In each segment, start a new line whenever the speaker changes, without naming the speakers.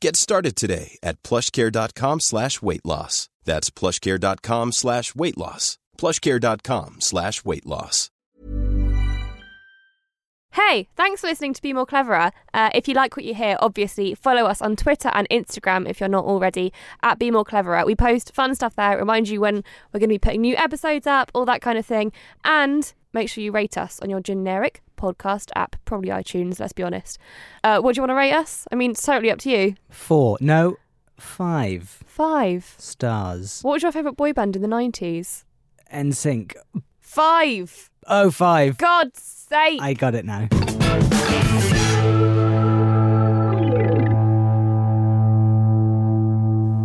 Get started today at plushcare.com slash weight loss. That's plushcare.com slash weight loss. plushcare.com slash weight loss.
Hey, thanks for listening to Be More Cleverer. Uh, if you like what you hear, obviously follow us on Twitter and Instagram if you're not already at Be More Cleverer. We post fun stuff there, remind you when we're going to be putting new episodes up, all that kind of thing. And make sure you rate us on your generic podcast app, probably iTunes, let's be honest. Uh, what do you want to rate us? I mean, it's totally up to you.
Four, no, five
Five.
stars.
What was your favourite boy band in the 90s?
NSYNC.
Five.
Oh, five.
God's sake.
I got it now.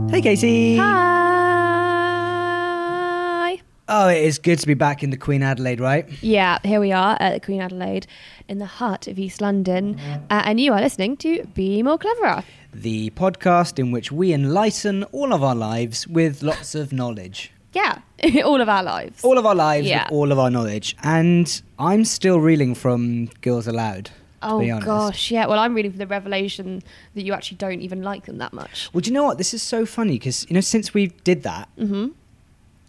Hey, Casey.
Hi.
Oh, it is good to be back in the Queen Adelaide, right?
Yeah, here we are at the Queen Adelaide in the heart of East London, uh, and you are listening to Be More Cleverer.
The podcast in which we enlighten all of our lives with lots of knowledge.
Yeah, all of our lives.
All of our lives
Yeah.
with all of our knowledge. And I'm still reeling from Girls Aloud. To be
oh
honest.
gosh, yeah. Well, I'm reading for the revelation that you actually don't even like them that much.
Well, do you know what? This is so funny because you know since we did that,
Mm-hmm.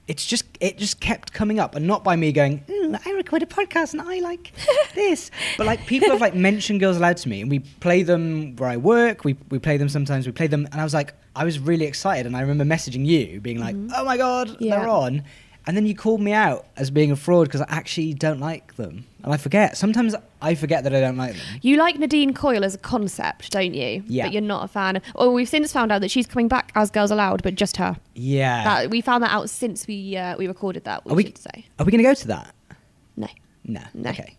it's just it just kept coming up, and not by me going, "Mm, I record a podcast and I like this, but like people have like mentioned Girls Aloud to me, and we play them where I work. We we play them sometimes. We play them, and I was like, I was really excited, and I remember messaging you, being like, Oh my god,
Mm-hmm. Yeah.
they're on. And then you called me out as being a fraud because I actually don't like them. And I forget. Sometimes I forget that I don't like them.
You like Nadine Coyle as a concept, don't you?
Yeah.
But you're not a fan. Oh, we've since found out that she's coming back as Girls Aloud, but just her.
Yeah.
That we found that out since we uh, we recorded that. We,
are we,
should say
are we going to go to that?
no.
No.
No.
Okay.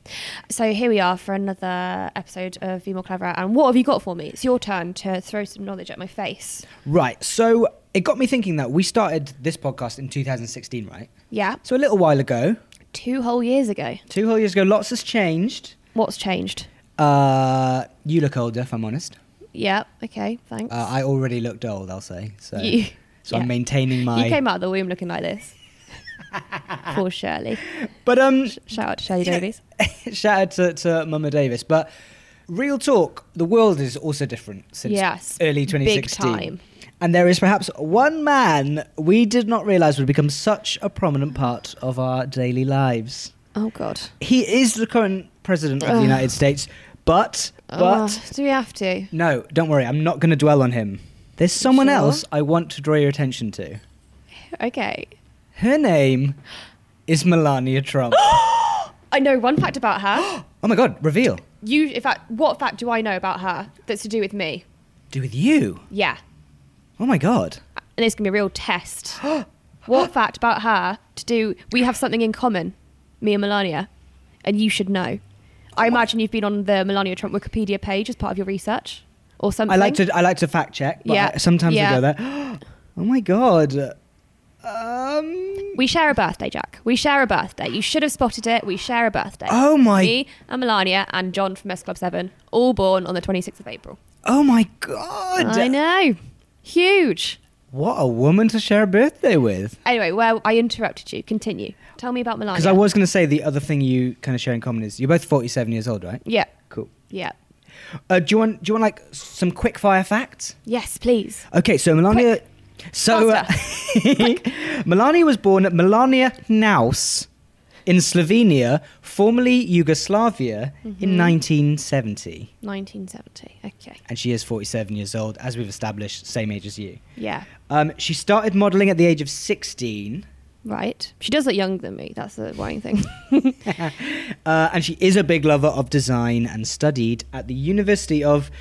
So here we are for another episode of Be More Clever. And what have you got for me? It's your turn to throw some knowledge at my face.
Right. So it got me thinking that we started this podcast in 2016, right?
Yeah.
So a little while ago,
Two whole years ago.
two whole years ago, lots has changed.
What's changed?
Uh, you look older, if I'm honest.
Yeah. Okay. Thanks.
Uh, I already looked old, I'll say. So,
You-
so
yeah.
I'm maintaining my.
you came out of the womb looking like this. Poor Shirley.
But um,
Shout out to Shirley
Yeah.
Davies.
shout out to, to Mama Davis. But real talk, the world is also different since
Yes,
early
big
2016.
time.
And there is perhaps one man we did not realise would become such a prominent part of our daily lives.
Oh God.
He is the current president of the
Ugh.
United States, but but
Oh, do we have to?
no, don't worry, I'm not going to dwell on him. There's someone
sure?
else I want to draw your attention to.
Okay.
Her name is Melania Trump.
I know one fact about her.
oh my god, reveal.
you, in fact, what fact do I know about her that's to do with me?
Do with you.
Yeah.
Oh my god.
and it's gonna be a real test. what fact about her to do? We have something in common, me and Melania, and you should know. I imagine you've been on the Melania Trump Wikipedia page as part of your research or something.
I like to I like to fact check, but
Yeah,
I- sometimes
yeah.
I go there. Oh my god. Um
We share a birthday, Jack. We share a birthday. You should have spotted it. We share a birthday.
Oh my-
Me and Melania and John from S Club Seven, all born on the 26th of April.
Oh my god.
I know, huge.
What a woman to share a birthday with.
Anyway, well, I interrupted you. Continue. Tell me about Melania.
Because I was going to say the other thing you kind of share in common is you're both 47 years old, right?
Yeah.
Cool.
Yeah.
Uh, do you want do you want like some quick fire facts?
Yes, please.
Okay, so Melania. So uh, Melania was born at Melania Naus in Slovenia, formerly Yugoslavia, in 1970,
1970. Okay.
and she is 47 years old, as we've established, same age as you.
Yeah.
Um, she started modeling at the age of 16
right? She does look younger than me. That's the worrying thing.
Uh, and she is a big lover of design and studied at the University of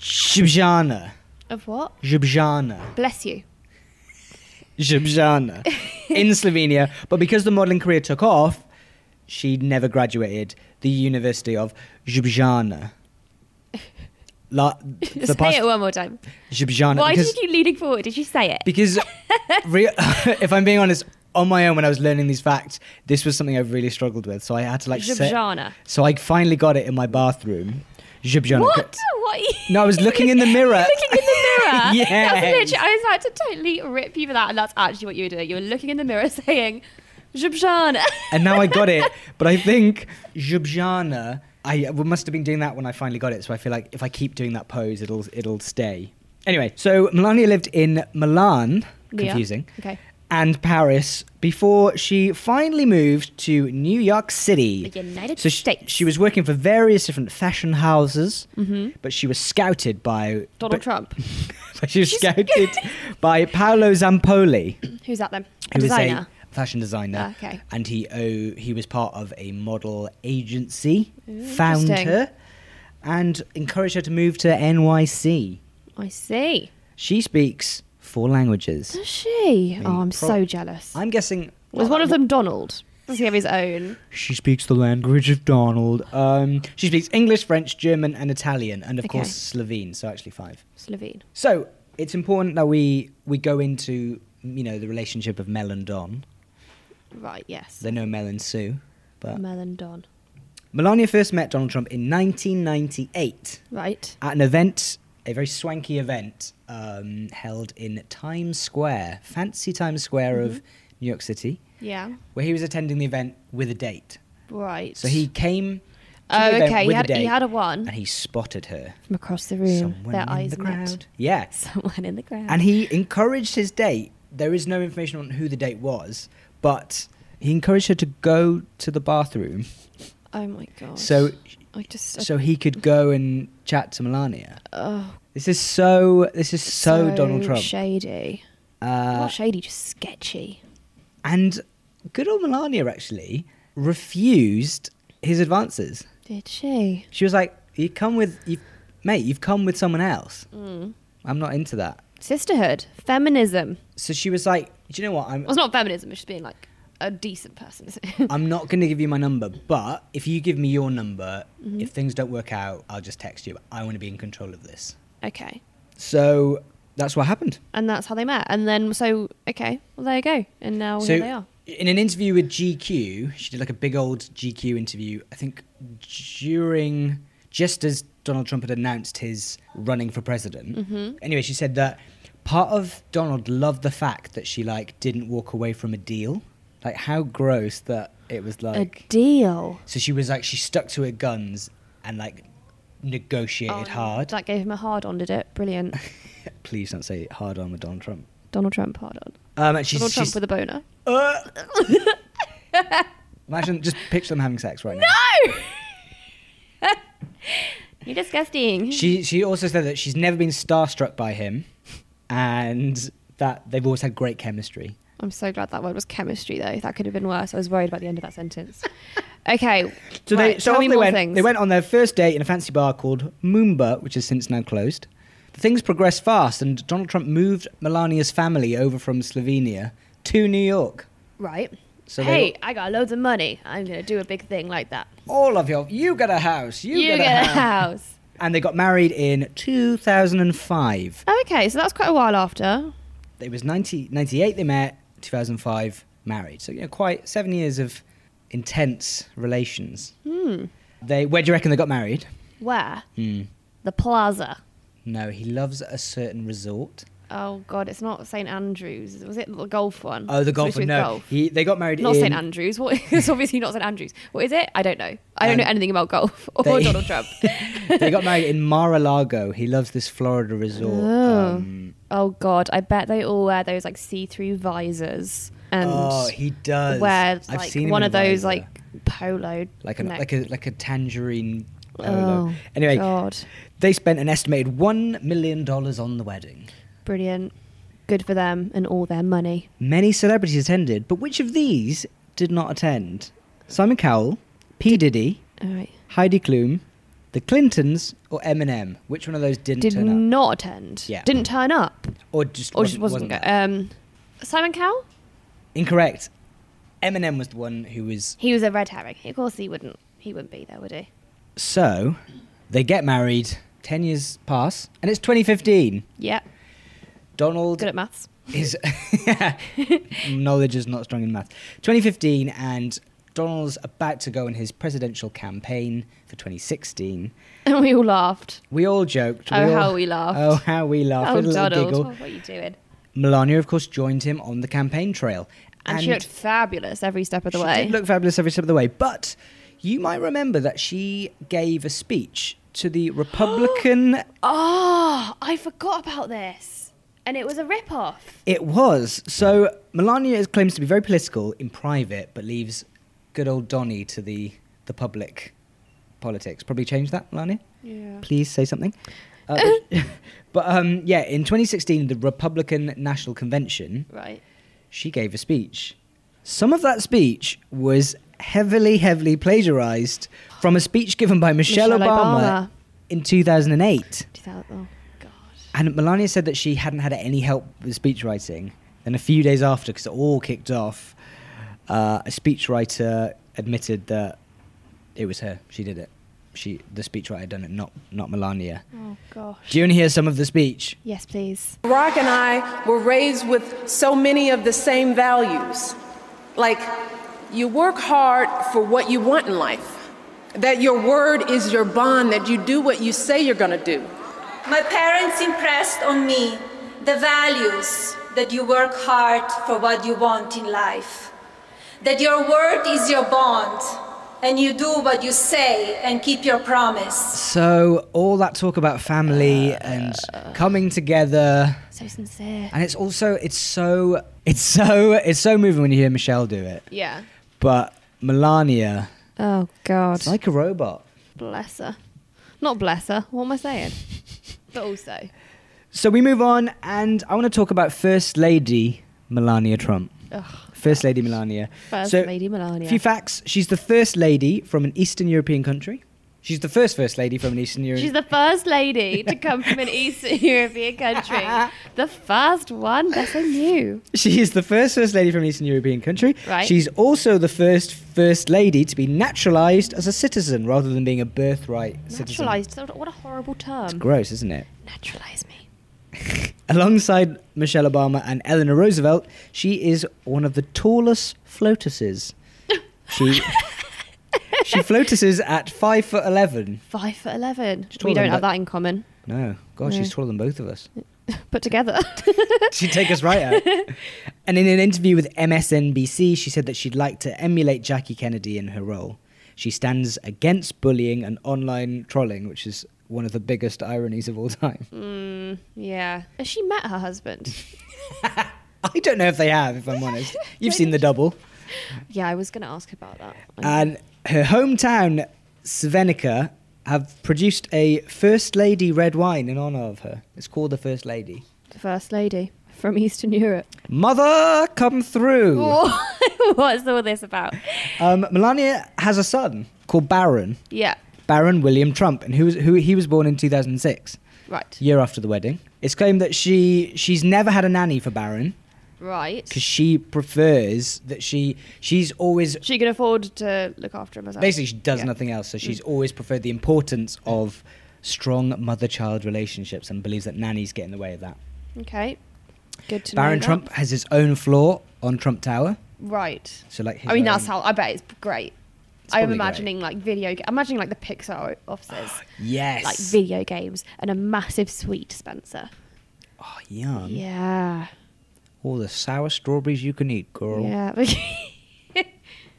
Ljubljana.
of what?
Ljubljana.
Bless you.
Ljubljana in Slovenia. But because the modeling career took off, she never graduated the University of Ljubljana. La, the
Say
past,
it one more time.
Ljubljana.
Why
because,
did you keep leaning forward? Did you say it?
Because, re- if I'm being honest, on my own when I was learning these facts, this was something I've really struggled with. So I had to like sit-
Ljubljana.
So I finally got it in my bathroom. Ljubljana.
What? What? Are you-
No, I was looking in the mirror.
looking in the mirror.
Yes.
That was literally- I was about to totally rip you for that, and that's actually what you were doing. You were looking in the mirror saying, Jubjan.
and now I got it. But I think Ljubljana, I must have been doing that when I finally got it. So I feel like if I keep doing that pose, it'll it'll stay. Anyway, so Melania lived in Milan, confusing,
Okay.
and Paris before she finally moved to New York City.
The United
so she,
States.
She was working for various different fashion houses, but she was scouted by
Mm-hmm. Donald
but-
Trump.
But she was scouted by Paolo Zampoli
Who's that then? A
who was
designer.
a fashion designer.
Ah, okay.
And he oh, he was part of a model agency, found
interesting.
her, and encouraged her to move to NYC.
I see.
She speaks four languages.
Does she? Oh, I'm
pro-
so jealous.
I'm guessing
Was one of them Donald? Does he have his own?
she speaks the language of Donald. Um, she speaks English, French, German, and Italian, and of
Okay.
course Slovene. So actually five.
Slovene.
So it's important that we we go into you know the relationship of Mel and Don.
Right, yes.
They know Mel and Sue, but
Mel and Don.
Melania first met Donald Trump in 1998
Right.
at an event, a very swanky event um, held in Times Square, fancy Times Square
Mm-hmm.
of New York City,
Yeah.
where he was attending the event with a date.
Right.
So he came. To
Oh,
the event
okay, he
with
had-
a
he
date,
had a one.
and he spotted her.
from across the room,
Someone
their
in
eyes
the
met.
crowd. Yeah,
Someone in the crowd.
and he encouraged his date. There is no information on who the date was, but he encouraged her to go to the bathroom
oh my god.
So-
I just
so he could go and chat to Melania.
oh,
This is so. This is so, Donald Trump. Uh,
shady. Not shady, just sketchy.
And good old Melania actually refused his advances.
Did she?
She was like, "You come with, you, mate. You've come with someone else. I'm not into that."
Sisterhood, feminism.
So she was like, "Do you know what? I'm
Well, it's not feminism. It's just being like a decent person. isn't it?
I'm not going to give you my number, but if you give me your number, if things don't work out, I'll just text you. I want to be in control of this."
okay.
So that's what happened.
And that's how they met. And then so okay, well there you go. And now
so
Oh, here they are.
in an interview with GQ, she did like a big old GQ interview. I think during just as Donald Trump had announced his running for president.
Mm-hmm.
Anyway, she said that part of Donald loved the fact that she like didn't walk away from a deal. Like how gross that it was like.
a deal.
so she was like she stuck to her guns and like negotiated
Oh,
hard.
That gave him a hard on, did it? Brilliant.
Please don't say hard on with Donald Trump.
Donald Trump hard on.
Um, and she's,
Donald Trump
she's-
with a boner.
imagine just picture them having sex right now.
You're disgusting.
She she also said that she's never been starstruck by him, and that they've always had great chemistry.
I'm so glad that word was chemistry, though. That could have been worse. I was worried about the end of that sentence. Okay.
So
right,
they so
tell
off
me
they
more
went.
things.
They went on their first date in a fancy bar called Moomba, which is since now closed. The things progressed fast, and Donald Trump moved Melania's family over from Slovenia to New York.
right.
So they
hey,
were-
I got loads of money. I'm gonna do a big thing like that.
All of you, you get a house. You,
You,
get, a house.
house.
And they got married in 2005.
Oh, okay, so that was quite a while after.
It was 90, 98 they met, 2005 married. So, you know, quite seven years of intense relations.
Hmm.
They, where do you reckon they got married?
Where?
Hmm.
The Plaza.
No, he loves a certain resort.
Oh God, it's not St Andrews. Was it the golf one?
Oh, the
It's
golf.
supposed to be
No,
golf.
He, they got married
Not
in...
St Andrews. What? it's obviously not St Andrews. What is it? I don't know. I don't
Um,
know anything about golf or
they-
Donald Trump.
they got married in Mar-a-Lago. He loves this Florida resort. Um,
Oh God, I bet they all wear those like see-through visors and
oh, he does.
wear
I've
like
seen him
one
in
of
a
those
visor.
like polo,
like, an,
neck-
like a like a tangerine. polo.
oh
anyway,
God,
they spent an estimated one million dollars on the wedding.
brilliant. Good for them and all their money.
Many celebrities attended, but which of these did not attend? Simon Cowell, P. Diddy,
All right.
Heidi Klum, the Clintons, or Eminem? Which one of those didn't
Did
turn up?
not attend.
Yeah.
Didn't turn up.
or just
Or
wasn't,
just wasn't,
wasn't
go- um Simon Cowell?
Incorrect. Eminem was the one who was.
He was a red herring. Of course he wouldn't he wouldn't be there, would he?
So, they get married. Ten years pass, and it's 2015.
Yeah.
Donald
Good at maths.
is knowledge is not strong in math. 2015, and Donald's about to go on his presidential campaign for 2016.
And we all laughed.
We all joked.
Oh,
all-
how we laughed.
Oh, how we laughed.
Oh
with a little
Donald,
giggle.
what are you doing?
Melania, of course, joined him on the campaign trail.
And, she looked fabulous every step of the
she
way.
did look fabulous every step of the way. But you might remember that she gave a speech to the Republican.
oh, I forgot about this. And it was a rip off.
it was. So Melania is- claims to be very political in private, but leaves good old Donny to the, the public politics. Probably change that, Melania?
Yeah.
Please say something. Uh, but but, um, yeah, in 2016, the Republican National Convention.
Right.
she gave a speech. Some of that speech was heavily, heavily plagiarized from a speech given by Michelle,
Michelle
Obama,
Obama.
in 2008.
2000 Oh god.
And Melania said that she hadn't had any help with speech writing. Then a few days after, because it all kicked off, uh, a speechwriter admitted that it was her. She did it. She, the speechwriter, had done it, not not Melania.
Oh gosh.
Do you want to hear some of the speech?
Yes, please.
Barack and I were raised with so many of the same values. Like, you work hard for what you want in life, that your word is your bond, that you do what you say you're gonna do.
My parents impressed on me the values that you work hard for what you want in life, that your word is your bond, and you do what you say and keep your promise.
So all that talk about family
Uh.
and coming together.
So sincere.
And it's also it's so it's so it's so moving when you hear Michelle do it.
Yeah.
But Melania,
Oh god.
it's like a robot.
Bless her. Not bless her. What am I saying? but also.
So we move on, and I want to talk about First Lady Melania Trump. First Lady Melania.
First Lady Melania.
Few facts: She's the first lady from an Eastern European country. She's the first First Lady from an Eastern
She's
European.
the first lady to come from an Eastern European country. The first one. That's so new.
She is the first First Lady from an Eastern European country.
Right.
She's also the first First Lady to be naturalized as a citizen rather than being a birthright citizen.
Naturalized. So- What a horrible term.
Gross, isn't it?
Naturalize me.
Alongside Michelle Obama and Eleanor Roosevelt, she is one of the tallest floatuses. She she floatuses at five foot eleven.
Five foot eleven.
taller
We don't
than
have
that-
that in common.
No, gosh,
No.
she's taller than both of us.
Put together.
She'd take us right out. And in an interview with MSNBC, she said that she'd like to emulate Jackie Kennedy in her role. She stands against bullying and online trolling, which is one of the biggest ironies of all time.
yeah. Has she met her husband?
I don't know if they have, if I'm honest. You've seen the double.
Yeah, I was going to ask about that.
and her hometown Svenica have produced a first lady red wine in honor of her. It's called the first lady.
the first lady from Eastern Europe.
Mother, come through.
What's all this about?
Um, Melania has a son called Baron,
Yeah.
Baron William Trump, and who was who he was born in 2006,
Right.
year after the wedding. It's claimed that she she's never had a nanny for Baron
Right.
because she prefers that she she's always
She can afford to look after him herself.
basically she
Um,
does
Yeah. Mm.
nothing else so she's always preferred the importance of strong mother-child relationships and believes that nannies get in the way of that
Okay. Good to know.
baron
that.
trump has his own floor on trump tower
Right.
so like his
I mean, that's
own-
how. I bet it's great.
It's
I'm
probably Oh,
imagining like video. ga- I'm imagining like the Pixar offices,
yes
like video games and a massive sweet Spencer.
oh, yum
Yeah.
all the sour strawberries you can eat girl
Yeah.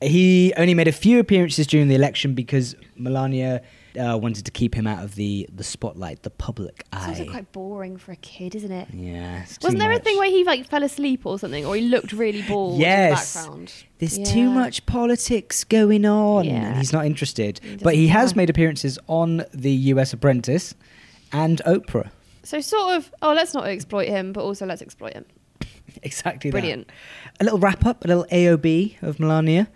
he only made a few appearances during the election because melania uh, wanted to keep him out of the the spotlight the public
it's
eye
also quite boring for a kid, isn't it?
yeah it's too
Wasn't there a
much.
thing where he like fell asleep or something, or he looked really bored
Yes.
in the background?
There's
Yeah.
too much politics going on.
Yeah.
And he's not interested. but he
doesn't
has
care.
made appearances on The US Apprentice and Oprah.
So sort of. Oh, let's not exploit him, but also let's exploit him.
exactly
Brilliant.
that. A little wrap up, a little AOB of Melania.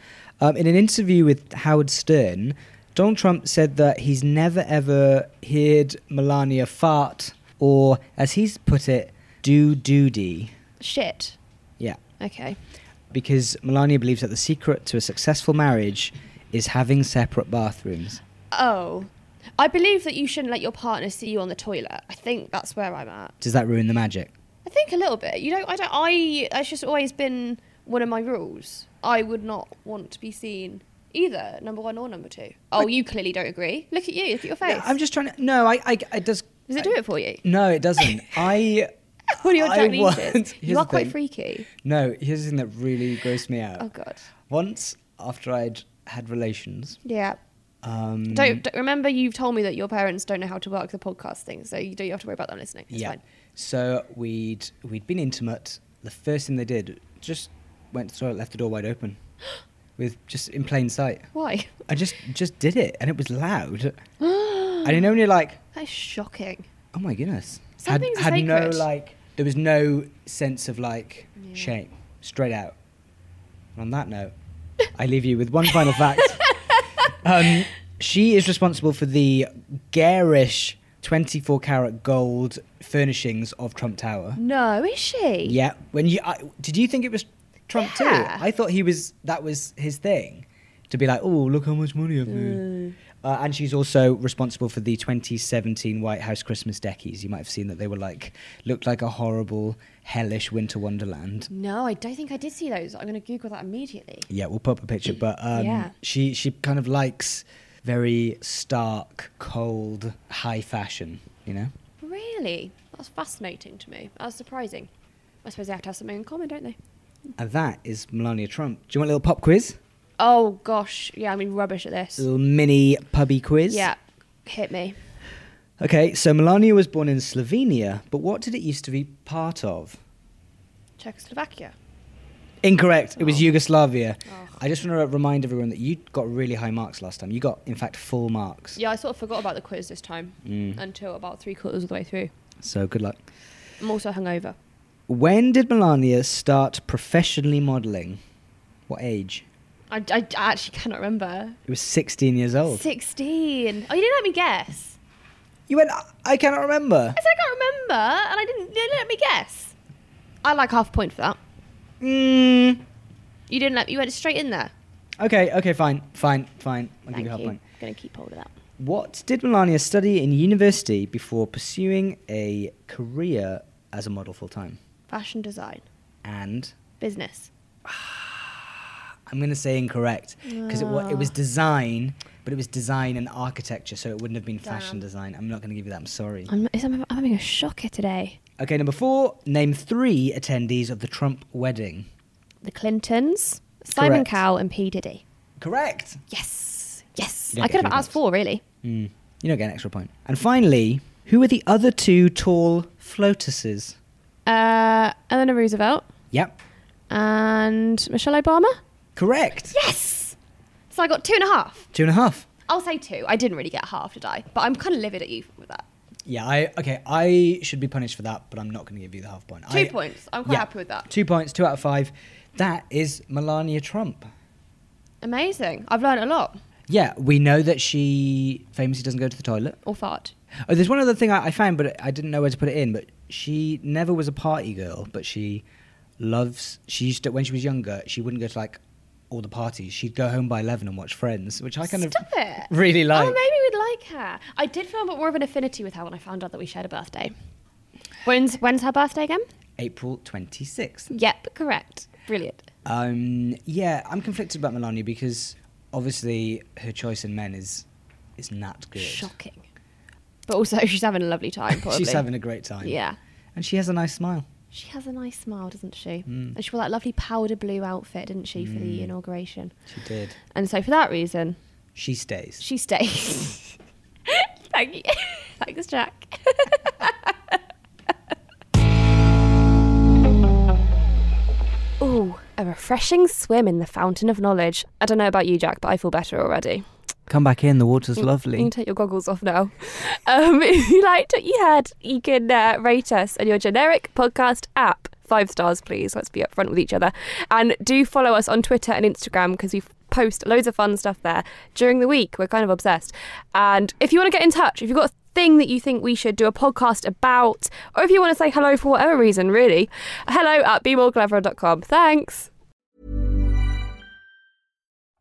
Um, in an interview with Howard Stern, Donald Trump said that he's never ever heard Melania fart or, as he's put it, do doody.
Shit.
Yeah,
Okay.
because Melania believes that the secret to a successful marriage is having separate bathrooms.
Oh. I believe that you shouldn't let your partner see you on the toilet. I think that's where I'm at.
Does that ruin the magic?
I think a little bit. You know, I don't. I that's just always been one of my rules. I would not want to be seen either number one or number two. Oh, you clearly don't agree. Look at you. Look at your face.
No, I'm just trying to. No, I, I, it does.
Does it do it for you?
No, it doesn't. I.
What are your
I
Japanese?
want-
is?
Here's
You are
the
quite
thing.
freaky.
No, here's the thing that really grossed me out.
Oh God.
Once after I'd had relations,
Yeah.
um,
Don't, don't remember you've told me that your parents don't know how to work the podcast thing, so you don't have to worry about them listening. It's
yeah.
fine.
So we'd we'd been intimate. The first thing they did just went to the toilet, left the door wide open, with just in plain sight.
Why?
I just just did it, and it was loud. and you know when you're like,
That's shocking.
oh my goodness,
Some things are
had no
sacred.
like, there was no sense of like shame, straight out. And on that note, I leave you with one final fact. Um, she is responsible for the garish 24 karat gold furnishings of Trump Tower.
No, is she?
Yeah. When you I, did you think it was Trump
Yeah.
too? I thought he was that was his thing to be like, oh, look how much money I've made.
Mm.
Uh, and she's also responsible for the 2017 White House Christmas deckies. You might have seen that they were like looked like a horrible, hellish winter wonderland.
No, I don't think I did see those. I'm going to Google that immediately.
Yeah, we'll put up a picture. But um,
Yeah.
she she kind of likes very stark, cold, high fashion. You know.
Really? That's fascinating to me. That was surprising. I suppose they have to have something in common, don't they?
And that is Melania Trump. Do you want a little pop quiz?
Oh, gosh. Yeah, I mean, rubbish at this.
A little mini pubby quiz.
Yeah, hit me.
Okay, so Melania was born in Slovenia, but what did it used to be part of?
Czechoslovakia.
Incorrect.
Oh.
It was Yugoslavia. I just want to remind everyone that you got really high marks last time. You got, in fact, full marks.
Yeah, I sort of forgot about the quiz this time
Mm.
until about three quarters of the way through.
So good luck.
I'm also hungover.
When did Melania start professionally modelling? What age?
I, I, I actually cannot remember.
It was 16 years old.
16. Oh, you didn't let me guess.
You went, "I- I cannot remember.
I said I can't remember, and I didn't, you didn't let me guess. I like half a point for that.
Mm.
You didn't let you went straight in there.
Okay, okay, fine, fine, fine. I'll give
Thank
you half a
you.
point.
Going to keep hold of that.
What did Melania study in university before pursuing a career as a model full time?
Fashion design,
And
business.
I'm going to say incorrect because it, wa- it
Ah.
was design, but it was design and architecture, so it wouldn't have been fashion design. I'm not going to give you that. I'm sorry.
I'm, is- I'm, I'm having a shocker today.
Okay, number four. Name three attendees of the Trump wedding.
The Clintons, Simon
Correct.
Cowell, and P Diddy.
Correct.
Yes, yes.
You don't
I
get
could
three
have asked
points.
four really.
You don't get an extra point. And finally, who were the other two tall floatuses?
Uh, Eleanor Roosevelt
Yep.
and Michelle Obama.
Correct.
Yes. So I got two and a half.
Two and a half.
I'll say two. I didn't really get half, did I? But I'm kind of livid at you with that.
Yeah, I okay. I should be punished for that, but I'm not going to give you the half point.
Two
I-
points. I'm quite happy with that.
Two points, two out of five. That is Melania Trump.
Amazing. I've learned a lot.
Yeah, we know that she famously doesn't go to the toilet.
Or fart.
Oh, there's one other thing I, I found, but I didn't know where to put it in. But she never was a party girl, but she loves. She used to when she was younger. She wouldn't go to like all the parties. She'd go home by eleven and watch Friends, which I kind
Stop
of
it.
really like.
Oh, maybe we'd like her. I did feel a bit more of an affinity with her when I found out that we shared a birthday. When's when's her birthday again?
April twenty sixth.
Yep, correct. Brilliant.
Um, yeah, I'm conflicted about Melania because obviously her choice in men is is not good.
Shocking. But also, she's having a lovely time. Probably.
She's having a great time.
Yeah.
and she has a nice smile.
She has a nice smile, doesn't she?
Mm.
And she wore that lovely powder blue outfit, didn't she, for the inauguration?
She did.
And so, for that reason,
She stays.
she stays. Thank you. Thanks, Jack. Ooh, a refreshing swim in the fountain of knowledge. I don't know about you, Jack, but I feel better already.
Come back in. The water's
You
lovely.
can take your goggles off now. Um, if you liked what you heard, you can uh, rate us on your generic podcast app. five stars, please. Let's be upfront with each other. And do follow us on Twitter and Instagram because we f- post loads of fun stuff there during the week. We're kind of obsessed. And if you want to get in touch, if you've got a thing that you think we should do a podcast about, or if you want to say hello for whatever reason, really, hello at bemoreclever.com. Thanks.